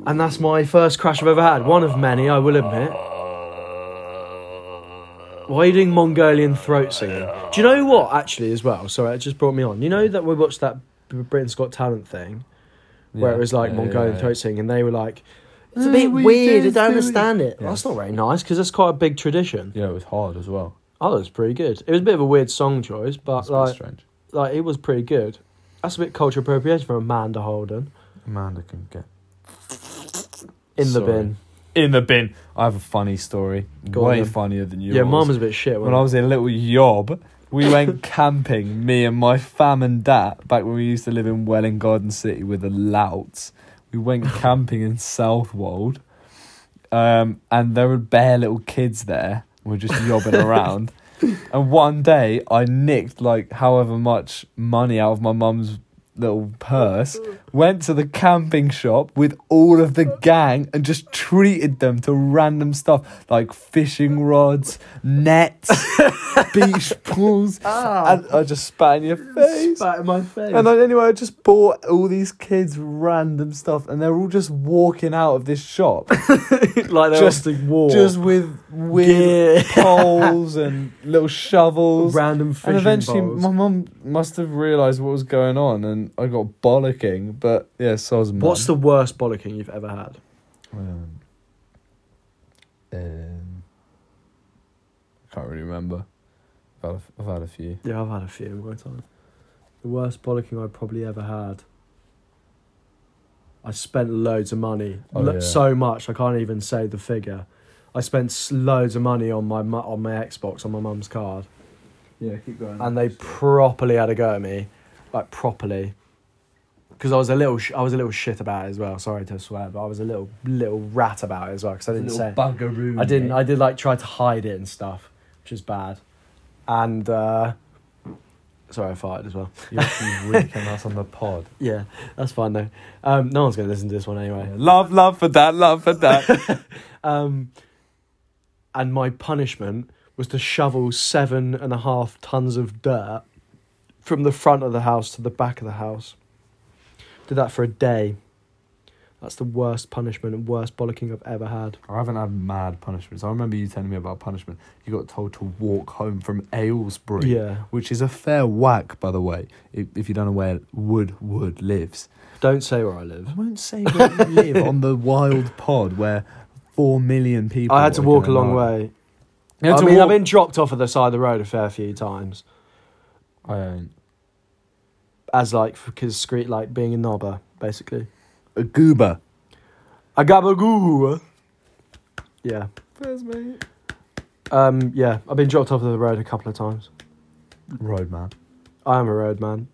S2: And that's my first crash I've ever had. One of many, I will admit. Why are you doing Mongolian throat singing? Do you know what, actually, as well? Sorry, it just brought me on. You know that we watched that Britain's Got Talent thing where
S3: Yeah.
S2: it was like
S3: Yeah, yeah,
S2: Mongolian
S3: yeah.
S2: throat singing, and they were like,
S4: It's a bit weird. I don't understand it.
S2: That's not very nice because that's quite a big tradition.
S3: Yeah, it was hard as well.
S2: Oh, that was pretty good. It was a bit of a weird song choice, but
S3: That's a bit
S2: like,
S3: strange.
S2: like it was pretty good. That's a bit cultural appropriation for Amanda Holden
S3: Amanda can get
S2: in the
S3: Sorry.
S2: bin.
S3: in the bin. I have a funny story,
S2: Go on
S3: way
S2: then.
S3: funnier than yours.
S2: Yeah, mine was a bit shit.
S3: when I
S2: was
S3: was a little yob. We went camping, me and my fam and dat, back when we used to live in Welling Garden City with the louts. We went camping in Southwold, um, and there were bare little kids there. We We're just yobbing around. And one day I nicked like however much money out of my mum's little purse, went to the camping shop with all of the gang and just treated them to random stuff like fishing rods, nets, beach balls. And I just Ah. spat in your face.
S2: in my face.
S3: And then anyway, I just bought all these kids random stuff, and they're all just walking out of this shop,
S2: like they
S3: just-
S2: just a war.
S3: just with weird poles and little shovels.
S2: random fishing
S3: and eventually,
S2: bowls.
S3: my mum must have realised what was going on, and I got bollocking. But yeah, so was mum.
S2: What's the worst bollocking you've ever had?
S3: Um, um, I can't really remember. I've had a, I've had a few.
S2: Yeah, I've had a few in my time. The worst bollocking I probably ever had. I spent loads of money,
S3: Oh,
S2: Lo-
S3: yeah.
S2: so much I can't even say the figure. I spent s- loads of money on my mu- on my Xbox on my mum's card,
S3: Yeah, keep going.
S2: and they properly had a go at me, like properly. Because I was a little, sh- I was a little shit about it as well. Sorry to swear, but I was a little little rat about it as well because I didn't say.
S3: buggeroo.
S2: I didn't. I did like try to hide it and stuff, which is bad. And uh, sorry, I farted as well.
S3: You actually reeking us on the pod.
S2: Yeah, that's fine though. Um, no one's going to listen to this one anyway.
S3: Love, love for that, love for that.
S2: Um, and my punishment was to shovel seven and a half tons of dirt from the front of the house to the back of the house. Did that for a day. That's the worst punishment and worst bollocking I've ever had.
S3: I haven't had mad punishments. I remember you telling me about punishment. You got told to walk home from Aylesbury.
S2: Yeah.
S3: Which is a fair whack, by the way, if, if you don't know where Wood Wood lives.
S2: Don't say where I live.
S3: I won't say where you live on the wild pod where four million people.
S2: I had to
S3: are
S2: walk a
S3: gonna
S2: long
S3: know.
S2: way.
S3: You had
S2: I
S3: to
S2: mean,
S3: walk-
S2: I've been dropped off at the side of the road a fair few times,
S3: I ain't.
S2: as like because street like being a knobber basically.
S3: A goober.
S2: A gabagoo. Yeah.
S3: There's me.
S2: Um. Yeah. I've been dropped off at the road a couple of times.
S3: Roadman.
S2: I am a road man.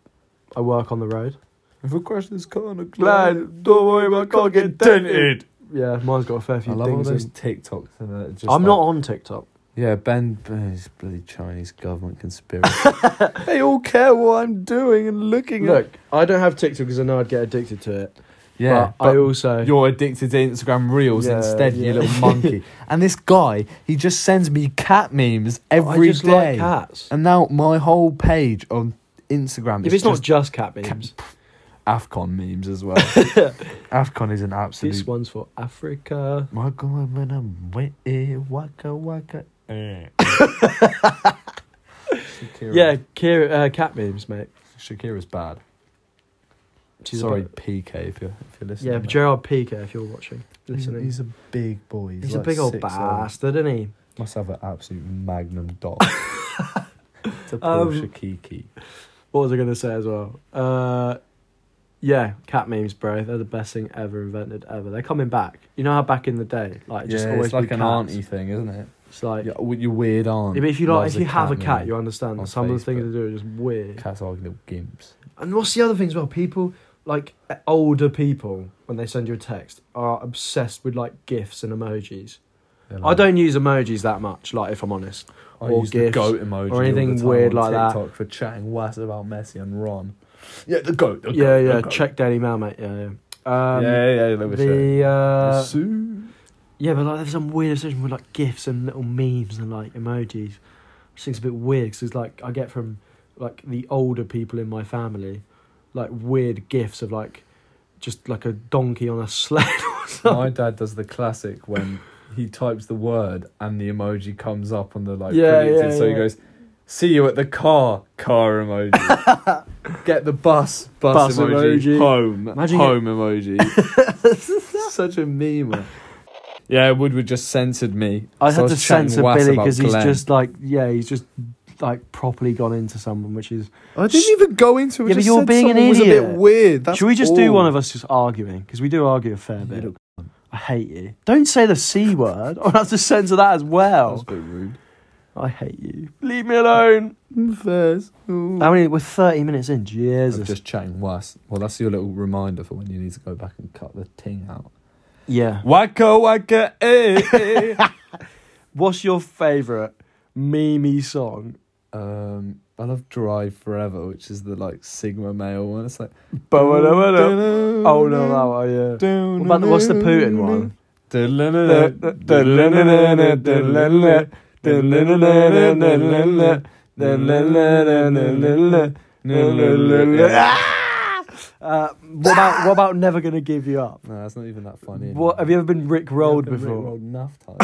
S2: I work on the road.
S3: If I crash this car on a
S2: Glad,
S3: don't worry about car getting dented.
S2: Yeah. Mine's got a fair
S3: I
S2: few
S3: love all
S2: things.
S3: those
S2: In.
S3: TikToks. And uh, just
S2: I'm
S3: like-
S2: not on TikTok.
S3: Yeah, Ben, Ben- this bloody Chinese government conspiracy. they all care what I'm doing and looking at.
S2: Look, I don't have TikTok because I know I'd get addicted to it.
S3: Yeah,
S2: But I
S3: but
S2: also.
S3: you're addicted to Instagram Reels
S2: Yeah,
S3: instead, you
S2: yeah.
S3: little monkey. and this guy, he just sends me cat memes every day.
S2: Oh, I just like cats.
S3: And now my whole page on Instagram
S2: If
S3: is
S2: it's
S3: just
S2: not just cat memes,
S3: Afcon memes as well. Afcon is an absolute.
S2: this one's for Africa.
S3: Waka waka waka waka waka. Eh. Shakira.
S2: Yeah, Kira, uh, cat memes, mate.
S3: Shakira's bad.
S2: She's a
S3: Sorry,
S2: bit-
S3: PK, if you're, if you're listening.
S2: Yeah,
S3: mate.
S2: Gerard Piqué, if you're watching,
S3: He's a,
S2: listening.
S3: he's a big boy. He's,
S2: He's a
S3: like
S2: big old
S3: 6'0".
S2: bastard, isn't he?
S3: Must have an absolute magnum dog. it's a
S2: Um,
S3: Porsche Kiki.
S2: What was I going to say as well? Uh, yeah, cat memes, bro. They're the best thing ever invented ever. They're coming back. You know how back in the day, like just
S3: yeah,
S2: always
S3: it's like
S2: be
S3: an
S2: cats?
S3: auntie thing, isn't it?
S2: It's like
S3: Your, with your weird aunt.
S2: Yeah, but if you like,
S3: loves
S2: if you have a
S3: meme.
S2: cat, you understand
S3: on
S2: that some of the things
S3: Facebook.
S2: they do are just weird.
S3: Cats are little gimps.
S2: And what's the other thing as well? People like older people when they send you a text are obsessed with like gifs and emojis.
S3: They're
S2: I
S3: like-
S2: don't use emojis that much, like if I'm honest.
S3: I
S2: or
S3: use
S2: GIFs,
S3: the goat emoji
S2: or
S3: all the
S2: anything
S3: time
S2: weird
S3: on
S2: like that.
S3: TikTok for chatting wass about Messi and Ron. Yeah, the goat. The
S2: yeah,
S3: goat,
S2: yeah.
S3: The goat.
S2: Check Daily Mail, mate. Yeah, yeah. Um,
S3: yeah, yeah, yeah. Let me show.
S2: The uh,
S3: Sue.
S2: yeah, but like there's some weird obsession with like gifs and little memes and like emojis. Which seems a bit weird because it's like I get from like the older people in my family, like weird gifs of like just like a donkey on a sled.
S3: My dad does the classic when he types the word and the emoji comes up on the like
S2: Yeah,
S3: predicted.
S2: yeah,
S3: so he
S2: yeah.
S3: goes, "See you at the car." Car emoji. Get the bus. Bus,
S2: Bus
S3: emoji.
S2: emoji.
S3: Home.
S2: Imagine
S3: home emoji. Such a memer. Yeah, Woodward just censored me.
S2: I
S3: So
S2: had to
S3: was chatting
S2: censor
S3: wass
S2: Billy
S3: about
S2: because he's
S3: Glenn.
S2: just like, yeah, he's just like properly gone into someone, which is.
S3: I didn't even go into
S2: Yeah, but
S3: it. Yeah, just
S2: you're
S3: said
S2: being an
S3: someone was a
S2: idiot.
S3: bit weird. That's
S2: Should we just
S3: all.
S2: do one of us just arguing? Because we do argue a fair bit.
S4: Little
S2: I hate you. Don't say the c word. I'll have to censor that as
S3: That was a
S2: well.
S3: bit rude. Mm,
S2: I hate you. Leave me alone.
S3: First.
S2: I mean, we're 30 minutes in.
S3: I'm
S2: Jesus.
S3: just chatting worse. Well, that's your little reminder for when you need to go back and cut the ting out.
S2: yeah.
S3: Wacko wacka eh, eh.
S2: What's your favourite meme song?
S3: um, I love Drive Forever, which is the like Sigma male one. It's like
S2: Ba-ba-da-ba-da. Oh, no, that one, yeah. What about the, what's the Putin one? Uh, what about what about never gonna give you up?
S3: No, that's not even that funny.
S2: What have you ever been Rick rolled before?
S3: Rick enough times.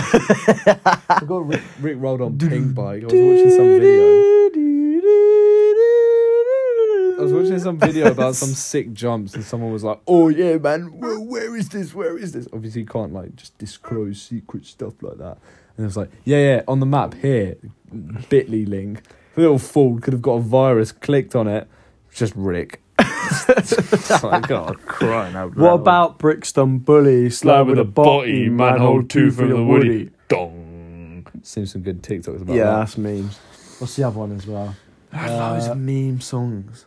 S3: I got Rick, Rick rolled on Ping Bike. I was watching some video. I was watching some video about some sick jumps, and someone was like, "Oh yeah, man, where, where is this? Where is this?" Obviously, you can't like just disclose secret stuff like that. And it was like, "Yeah, yeah, on the map here, Bitly link. The little fool could have got a virus, clicked on it, just Rick." It's like, oh, God, crying out.
S2: What
S3: loud.
S2: about Brixton Bully? Slow
S5: Slab with a body, manhole two from the woody. Dong.
S3: Seen some good TikToks about
S2: Yeah,
S3: that.
S2: that's memes. What's the other one as well?
S4: Loads
S3: Uh,
S4: of meme songs.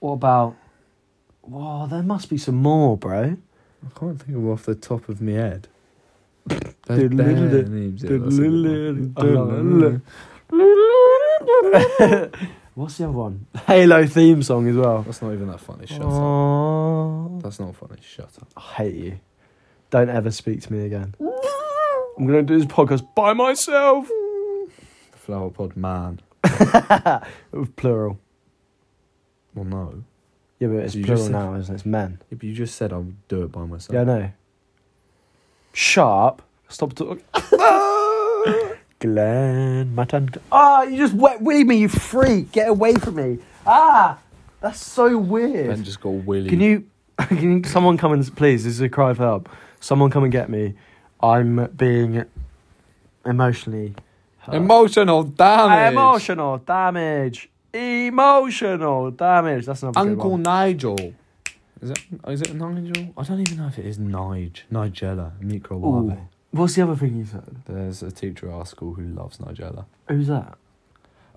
S2: What about? Whoa, there must be some more, bro.
S3: I can't think of them off the top of my head.
S2: There's bare names, What's the other one? Halo theme song as well.
S3: That's not even that funny. Shut up.
S2: Oh,
S3: That's not funny. Shut up.
S2: I hate you. Don't ever speak to me again. I'm gonna do this podcast by myself.
S3: The flower pod man.
S2: Plural.
S3: Well, no.
S2: Yeah, but it's
S3: You
S2: plural
S3: just said-
S2: now, isn't it? It's men.
S3: If you just said I'll do it by myself.
S2: Yeah, I know. Sharp. Stop talking. Glenn, my time. to- Ah, you just wet willied me, you freak. Get away from me. Ah, that's so weird.
S3: Ben just got willy.
S2: Can you, can you, someone come and please? This is a cry for help. Someone come and get me. I'm being emotionally hurt.
S3: Emotional damage.
S2: emotional damage. Emotional damage. That's another good
S3: Uncle
S2: one.
S3: Nigel. Is it, is it Nigel? I don't even know if it is Nige. Nigella.
S2: Ooh.
S3: Microwave.
S2: What's the other thing you said?
S3: There's a teacher at our school who loves Nigella.
S2: Who's that?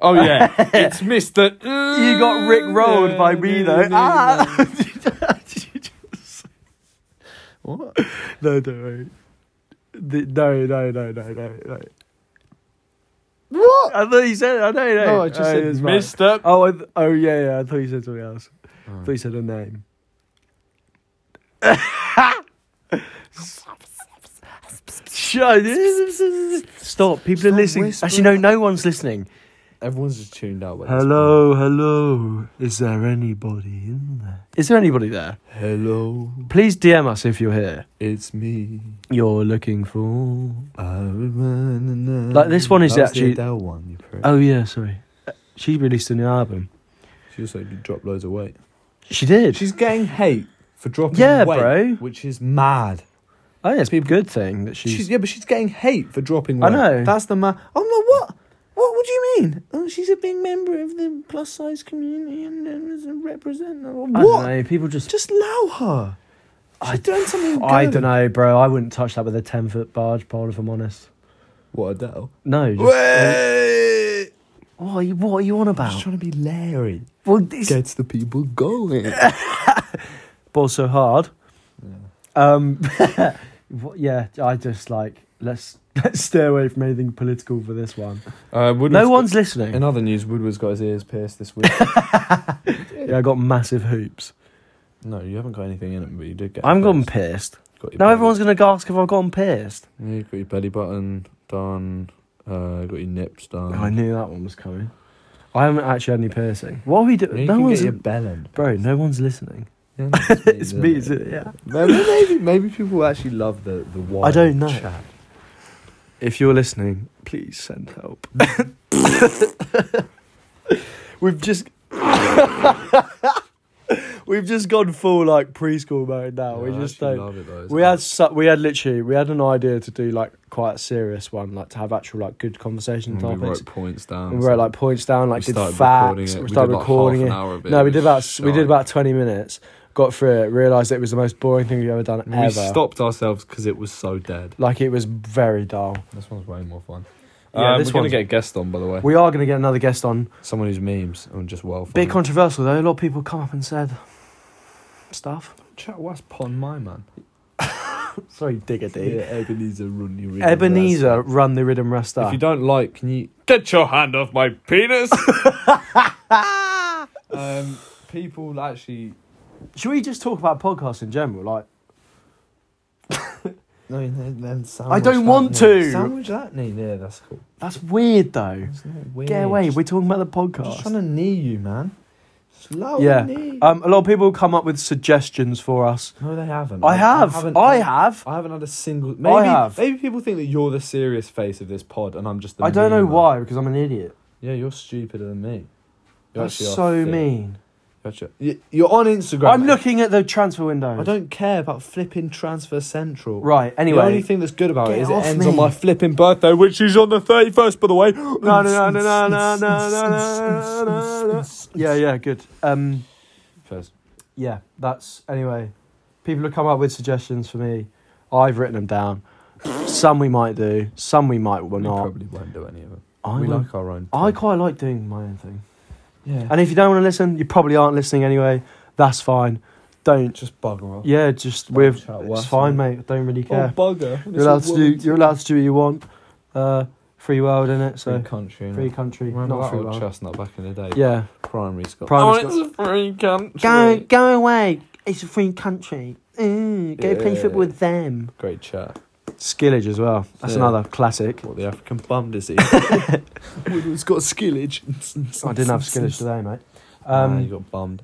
S3: Oh, yeah. it's Mr.
S2: You got Rick rolled by me though. Ah. Did you just-
S3: What?
S2: no, don't worry. The- No, no, no, no, no, no.
S3: What?
S2: I thought you said. I know, no.
S3: No, I just said
S2: it's right.
S3: Mr.
S2: Oh, I th- oh yeah, yeah. I thought you said something else. I thought you said a name. Shut Stop. People are
S3: Stop
S2: listening. Actually, no, no one's listening.
S3: Everyone's just tuned out. by this
S2: Hello, hello. Is there anybody in there? Is there anybody there?
S3: point. Hello.
S2: Please DM us if you're here.
S3: It's me.
S2: You're looking for. Like,
S3: Like
S2: this one is actually-
S3: the Adele one. You prick.
S2: Oh, yeah, sorry. Uh, She released a new album.
S3: She also did drop loads of weight.
S2: She did.
S3: She's getting hate for dropping
S2: Yeah,
S3: weight,
S2: bro.
S3: which is mad.
S2: oh, yeah, it's a good thing that
S3: She's,
S2: she's.
S3: yeah, but she's getting hate for dropping weight.
S2: I know.
S3: That's the man. I'm like, what? What would you mean? Oh, she's a big member of the plus size community and doesn't represent.
S2: I
S3: What?
S2: don't know. People just.
S3: Just allow her. She's
S2: I-
S3: doing something.
S2: I
S3: good.
S2: don't know, bro. I wouldn't touch that with a 10 foot barge pole, if I'm honest.
S3: What Adele?
S2: No. just-
S3: Wait.
S2: what, are you, what are you on
S3: Just
S2: about?
S3: trying to be Larry.
S2: Well, it's
S3: Gets the people going.
S2: Uh, ball so hard. Um, what- yeah, I just like let's let's stay away from anything political for this one.
S3: Uh,
S2: No one's listening.
S3: In other news, Woodward's got his ears pierced this week.
S2: Yeah, I got massive hoops.
S3: no, you haven't got anything in it, but you did get.
S2: I'm gone
S3: pierced.
S2: pierced.
S3: Got your
S2: Now
S3: belly-
S2: everyone's gonna ask if I've gone pierced.
S3: Yeah, you got your belly button done. Uh, got your nips done.
S2: Oh, I knew that one was coming. I haven't actually had any piercing. What are we
S3: You
S2: doing?
S3: can
S2: No
S3: get
S2: one's
S3: your bellend.
S2: bro. No one's listening.
S3: Yeah, no, it's
S2: It's
S3: me, isn't
S2: me.
S3: it?
S2: Is it? Yeah.
S3: Maybe, maybe, maybe people actually love the the wild
S2: I don't know.
S3: chat.
S2: If you're listening, please send help. We've just We've just gone full like preschool mode now. Oh, we
S3: Yeah, I
S2: just
S3: actually
S2: don't.
S3: love it though. It's
S2: We
S3: like-
S2: had su- we had literally we had an idea to do like quite a serious one, like to have actual like good conversation
S3: And we
S2: topics.
S3: wrote points down.
S2: We wrote like points down, like did
S3: we started recording
S2: facts.
S3: it.
S2: We
S3: We
S2: started
S3: did, like, half
S2: recording
S3: an
S2: it.
S3: hour of it.
S2: No,
S3: It
S2: we
S3: was
S2: did about we did
S3: shite.
S2: about twenty minutes. Got through it, realized it was the most boring thing we've ever done
S3: we
S2: ever.
S3: stopped ourselves because it was so dead.
S2: Like it was very dull.
S3: This one's way more fun.
S2: Yeah,
S3: um,
S2: this
S3: we're going
S2: one's-
S3: to get a guest on, by the way.
S2: We are going to get another guest on.
S3: Someone who's memes and just well.
S2: Bit controversial though. A lot of people come up and said stuff.
S3: Chat West Pond, my man.
S2: Sorry, diggity.
S3: Ebenezer Runny. Ridden
S2: Ebenezer, run the rhythm rasta.
S3: If you don't like, can you
S5: Get your hand off my penis.
S3: um, people actually.
S2: Should we just talk about podcasts in general? Like,
S3: No, then, then
S2: I don't want to.
S3: Sandwich that knee. Yeah, that's cool.
S2: that's weird though.
S3: It's not weird.
S2: Get away. We're talking about the
S3: I'm just
S2: podcast.
S3: trying to knee you, man. Slow
S2: Yeah.
S3: knee.
S2: Um, a lot of people come up with suggestions for us.
S3: no, they haven't.
S2: I have.
S3: haven't-
S2: I have.
S3: I haven't had a single. Maybe,
S2: I have.
S3: Maybe people think that you're the serious face of this pod, and I'm just. the
S2: I don't know
S3: meme man.
S2: why because I'm an idiot.
S3: Yeah, you're stupider than me. You
S2: That's
S3: actually are
S2: so
S3: thick.
S2: mean.
S3: You're actually- you- You're on Instagram.
S2: I'm
S3: mate.
S2: looking at the transfer window.
S3: I don't care about flipping transfer central.
S2: Right.
S3: The only
S2: Anyway.
S3: thing that's good about
S2: Get
S3: it is it
S2: off
S3: ends
S2: me.
S3: on my flipping birthday, which is on the thirty first, by the way. No,
S2: No, no, no, no, no, no, no, no, no, no, no. Yeah, yeah, good. Um,
S3: First.
S2: yeah, that's anyway. People have come up with suggestions for me. I've written them down. Some we might do. Some we might will
S3: We
S2: not.
S3: probably won't do any of it.
S2: I
S3: we
S2: will-
S3: like our own.
S2: I
S3: thing.
S2: quite like doing my own thing.
S3: yeah.
S2: And if you don't want to listen, you probably aren't listening anyway. That's fine. Don't.
S3: just bugger off.
S2: Yeah, just
S3: Don't
S2: we're.
S3: shout
S2: It's
S3: worse,
S2: fine, mate. I don't really care.
S3: Oh, bugger.
S2: you're allowed to do. You're allowed to do what you want. Uh, free world in it. So
S3: free country. innit?
S2: free country,
S3: Remember
S2: not
S3: that
S2: free
S3: old
S2: world.
S3: chestnut back in the day?
S2: Yeah.
S3: Primary school.
S2: Primary
S3: oh,
S2: school.
S3: it's a free country.
S2: go away. It's a free country. Mm,
S3: go play football with
S2: them.
S3: Great chat.
S2: Skillage as well. That's
S3: Yeah.
S2: another classic.
S3: What the African bum disease. Woodward's got skillage.
S2: I didn't have skillage today, mate.
S3: Um,
S2: Um,
S3: you got bummed.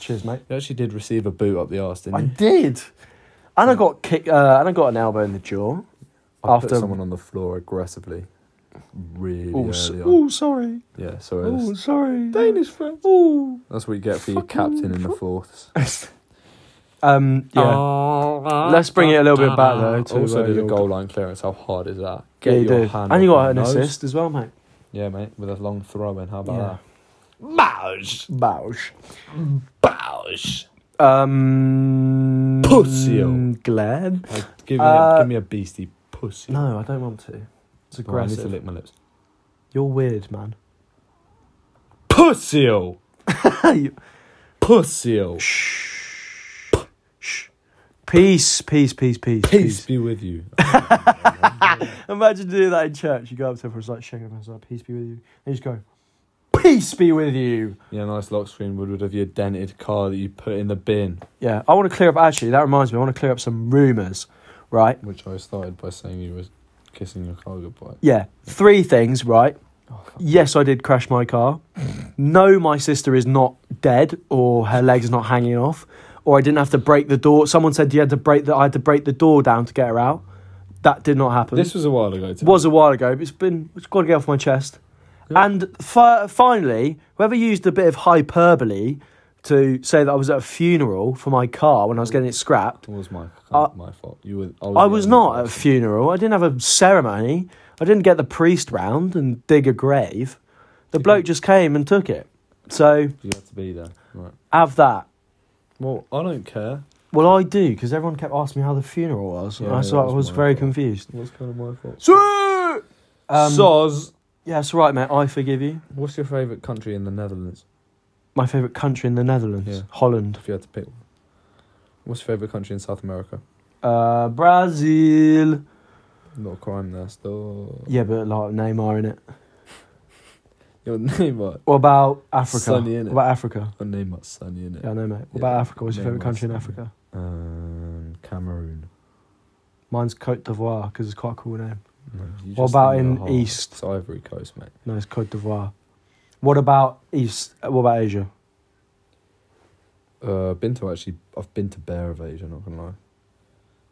S2: cheers, mate.
S3: You actually did receive a boot up the arse, didn't
S2: I
S3: you?
S2: did, and I got kick. Uh, and I got an elbow in the jaw.
S3: I put
S2: after-
S3: someone on the floor aggressively, really
S2: Oh,
S3: early
S2: s-
S3: on.
S2: oh, sorry.
S3: Yeah, sorry.
S2: Oh,
S3: that's,
S2: sorry.
S3: Danish friend.
S2: Oh.
S3: that's what you get for your captain in the fourths.
S2: Um. Yeah.
S5: Ah.
S2: Let's bring it a little bit back though. To
S3: Ah, also
S2: uh,
S3: did a
S2: your-
S3: goal line clearance. How hard is that?
S2: Yeah,
S3: Get
S2: you
S3: your
S2: did.
S3: hand.
S2: and you
S3: off
S2: got
S3: my
S2: an
S3: nose.
S2: assist as well, mate.
S3: Yeah, mate, with a long throw in. How about
S2: Yeah.
S3: that?
S2: Bausch.
S3: Bouch.
S2: Um.
S3: Pussio.
S2: Glad.
S3: Like, give, me
S2: Uh,
S3: a, give me a beastie pussy.
S2: No, I don't want to. It's
S3: Oh, I need to
S2: aggressive.
S3: lick my lips.
S2: You're weird, man.
S3: Pussio. Pussio.
S2: Peace, peace, peace, peace,
S3: Peace be with you.
S2: Imagine doing that in church. You go up to everyone's like shaking their hands like, peace be with you. They just go, peace be with you.
S3: yeah, nice lock screen, Woodward, of your dented car that you put in the bin.
S2: Yeah, I want to clear up, actually, that reminds me, I want to clear up some rumours, right?
S3: Which I started by saying you were kissing your car goodbye.
S2: Yeah, three things, right? Yes, I did crash my car. No, my sister is not dead or her legs not hanging off. Or I didn't have to break the door. Someone said you had to break the, I had to break the door down to get her out. That did not happen.
S3: This was a while ago. Tim.
S2: was a while ago, but it's been it's got to get off my chest. And fi- finally, whoever used a bit of hyperbole to say that I was at a funeral for my car when I was getting it scrapped,
S3: It was my
S2: Uh,
S3: my fault. You were. I was,
S2: I
S3: the
S2: was
S3: only
S2: not at a
S3: person.
S2: funeral. I didn't have a ceremony. I didn't get the priest round and dig a grave. The bloke just came and took it. So
S3: You had to be there. Right.
S2: have that.
S3: Well, I don't care.
S2: Well, I do because everyone kept asking me how the funeral was, and
S3: Yeah,
S2: I
S3: that
S2: thought I
S3: was
S2: was
S3: my
S2: very
S3: fault.
S2: confused.
S3: What's kind of my fault?
S2: So, um,
S3: Soz,
S2: yeah, it's all right, mate. I forgive you.
S3: what's your favourite country in the Netherlands?
S2: My favourite country in the Netherlands,
S3: Yeah.
S2: Holland.
S3: If you had to pick, one. what's your favourite country in South America?
S2: Uh, Brazil.
S3: Not a crime there still.
S2: Yeah, but like Neymar in it.
S3: Your name what?
S2: What about Africa?
S3: Sunny, innit?
S2: What about Africa?
S3: Your name what's Sunny in it.
S2: Yeah, I know, mate. What
S3: Yeah,
S2: about Africa? What's your favourite
S3: Neymar's
S2: country in
S3: Sunny.
S2: Africa?
S3: Um, Cameroon.
S2: Mine's Cote d'Ivoire because it's quite a cool name.
S3: No, you
S2: What
S3: just
S2: about
S3: think
S2: in
S3: you're hard.
S2: East?
S3: It's Ivory Coast, mate.
S2: No, it's Cote d'Ivoire. What about East? uh, What about Asia?
S3: Uh, been to actually. I've been to Bear of Asia. Not gonna lie.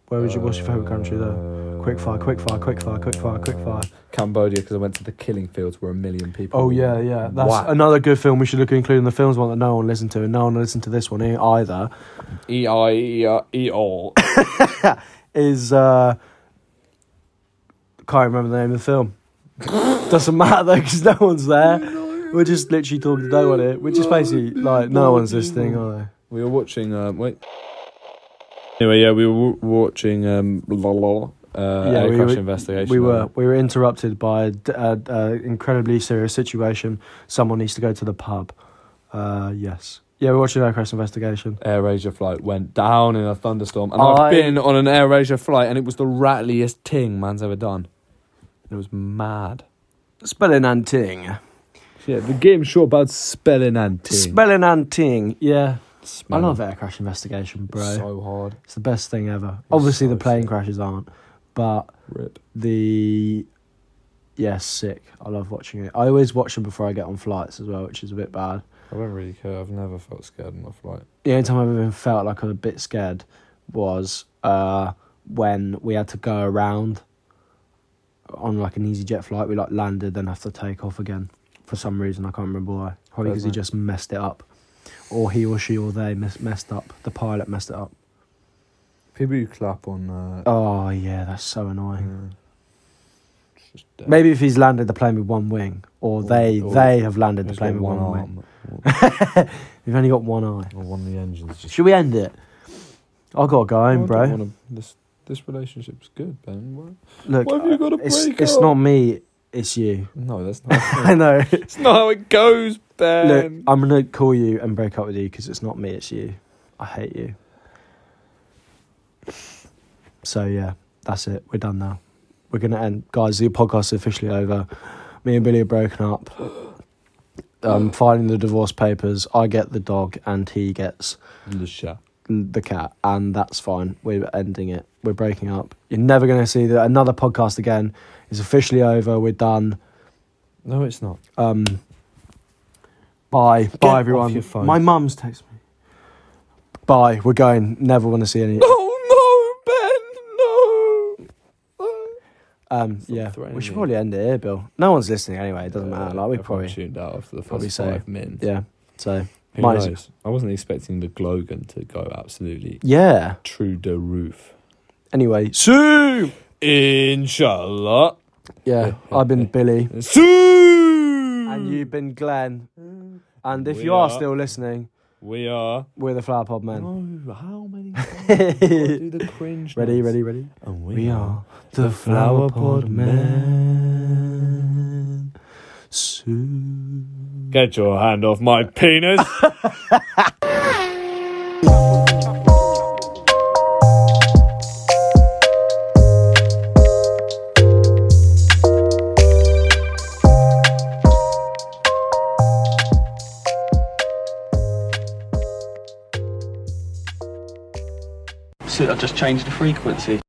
S2: Where would you? What's your favorite country
S3: Uh,
S2: there? Quick fire, quick fire, quick fire, quick fire, quick fire.
S3: Cambodia, because I went to the killing fields where a million people.
S2: Oh
S3: were.
S2: yeah, yeah. That's
S3: Whack.
S2: another good film we should look at including the films one that no one listened to, and no one listened to this one e- either.
S3: E I E I E all.
S2: Is uh can't remember the name of the film. Doesn't matter though, because no one's there. We're just literally talking to no one here, which is basically like no one's listening, are they?
S3: We were watching. Um, wait. Anyway, yeah, we were wa- watching. Um, blah, blah, blah, uh,
S2: Yeah,
S3: air
S2: we
S3: crash
S2: were-
S3: investigation.
S2: We were we were interrupted by an incredibly serious situation. Someone needs to go to the pub. Uh, yes. Yeah, we're watching Aircraft Investigation.
S3: AirAsia flight went down in a thunderstorm, and
S2: I-
S3: I've been on an AirAsia flight, and it was the rattliest ting man's ever done. It was mad.
S2: Spelling and ting.
S3: Yeah, the game's sure about spelling and ting.
S2: Spelling and ting. Yeah. I
S3: Smelling.
S2: love Air Crash Investigation, bro.
S3: So hard.
S2: it's the best thing ever. Obviously,
S3: so
S2: the plane
S3: sick.
S2: crashes aren't, but
S3: Rip.
S2: the yeah, sick. I love watching it. I always watch them before I get on flights as well, which is a bit bad.
S3: I don't really care. I've never felt scared on a flight.
S2: the only time I've ever felt like I was a bit scared was uh, when we had to go around on like an easy jet flight. We like landed, then have to take off again for some reason. I can't remember why. Probably because he
S3: Fair play.
S2: just messed it up, or he or she or they mess messed up. The pilot messed it up.
S3: People who clap on. Uh,
S2: Oh yeah, that's so annoying.
S3: uh, it's just dead.
S2: Maybe if he's landed the plane with one wing, or,
S3: Or-
S2: they
S3: or
S2: they have landed the
S3: Just
S2: plane with
S3: got
S2: one, wing.
S3: arm. Or-
S2: We've only got one eye.
S3: or one of the engines just.
S2: Should we end it? I gotta go home, bro.
S3: this this relationship's good, Ben.
S2: Look,
S3: Why have you
S2: uh,
S3: gotta
S2: it's,
S3: break
S2: it's
S3: up?
S2: not me, it's you.
S3: No, that's not.
S2: I know.
S3: it's not how it goes,
S2: Look,
S3: Ben.
S2: I'm gonna call you and break up with you because it's not me, it's you. I hate you. So yeah, that's it. We're done now. We're gonna end, guys. The podcast is officially over. Me and Billy are broken up. Um, filing the divorce papers. I get the dog, and he gets
S3: Lusha.
S2: the cat, and that's fine. We're ending it. We're breaking up. You're never gonna see the, another podcast again. It's officially over. We're done.
S3: No, it's not.
S2: Um, bye,
S3: off
S2: bye everyone.
S3: your phone.
S2: My mum's text me. Bye. We're going. Never want to see any.
S3: Oh no, Ben! No.
S2: Um,
S3: Stop
S2: yeah,
S3: threatening
S2: we should
S3: me.
S2: probably end it here, Bill. No one's listening anyway. It doesn't
S3: Uh,
S2: matter. Like we
S3: everyone
S2: probably,
S3: tuned out after the
S2: probably
S3: first
S2: say-
S3: five minutes.
S2: yeah. So
S3: Who
S2: Mine is-
S3: knows? I wasn't expecting the Glogan to go absolutely
S2: yeah.
S3: true the roof.
S2: Anyway, soon.
S3: Inshallah.
S2: Yeah, I've been Billy,
S3: Soon.
S2: and you've been Glenn. And if
S3: We
S2: you are
S3: are-
S2: still listening,
S3: We are.
S2: we're the Flower Pod Men.
S3: No, how many? times have we gotta do the cringe.
S2: Ready,
S3: notes?
S2: ready, Oh. ready.
S3: And we,
S2: We
S3: are.
S2: are the Flower Pod Men. Soon.
S5: Get your hand off my penis.
S6: See, I just changed the frequency.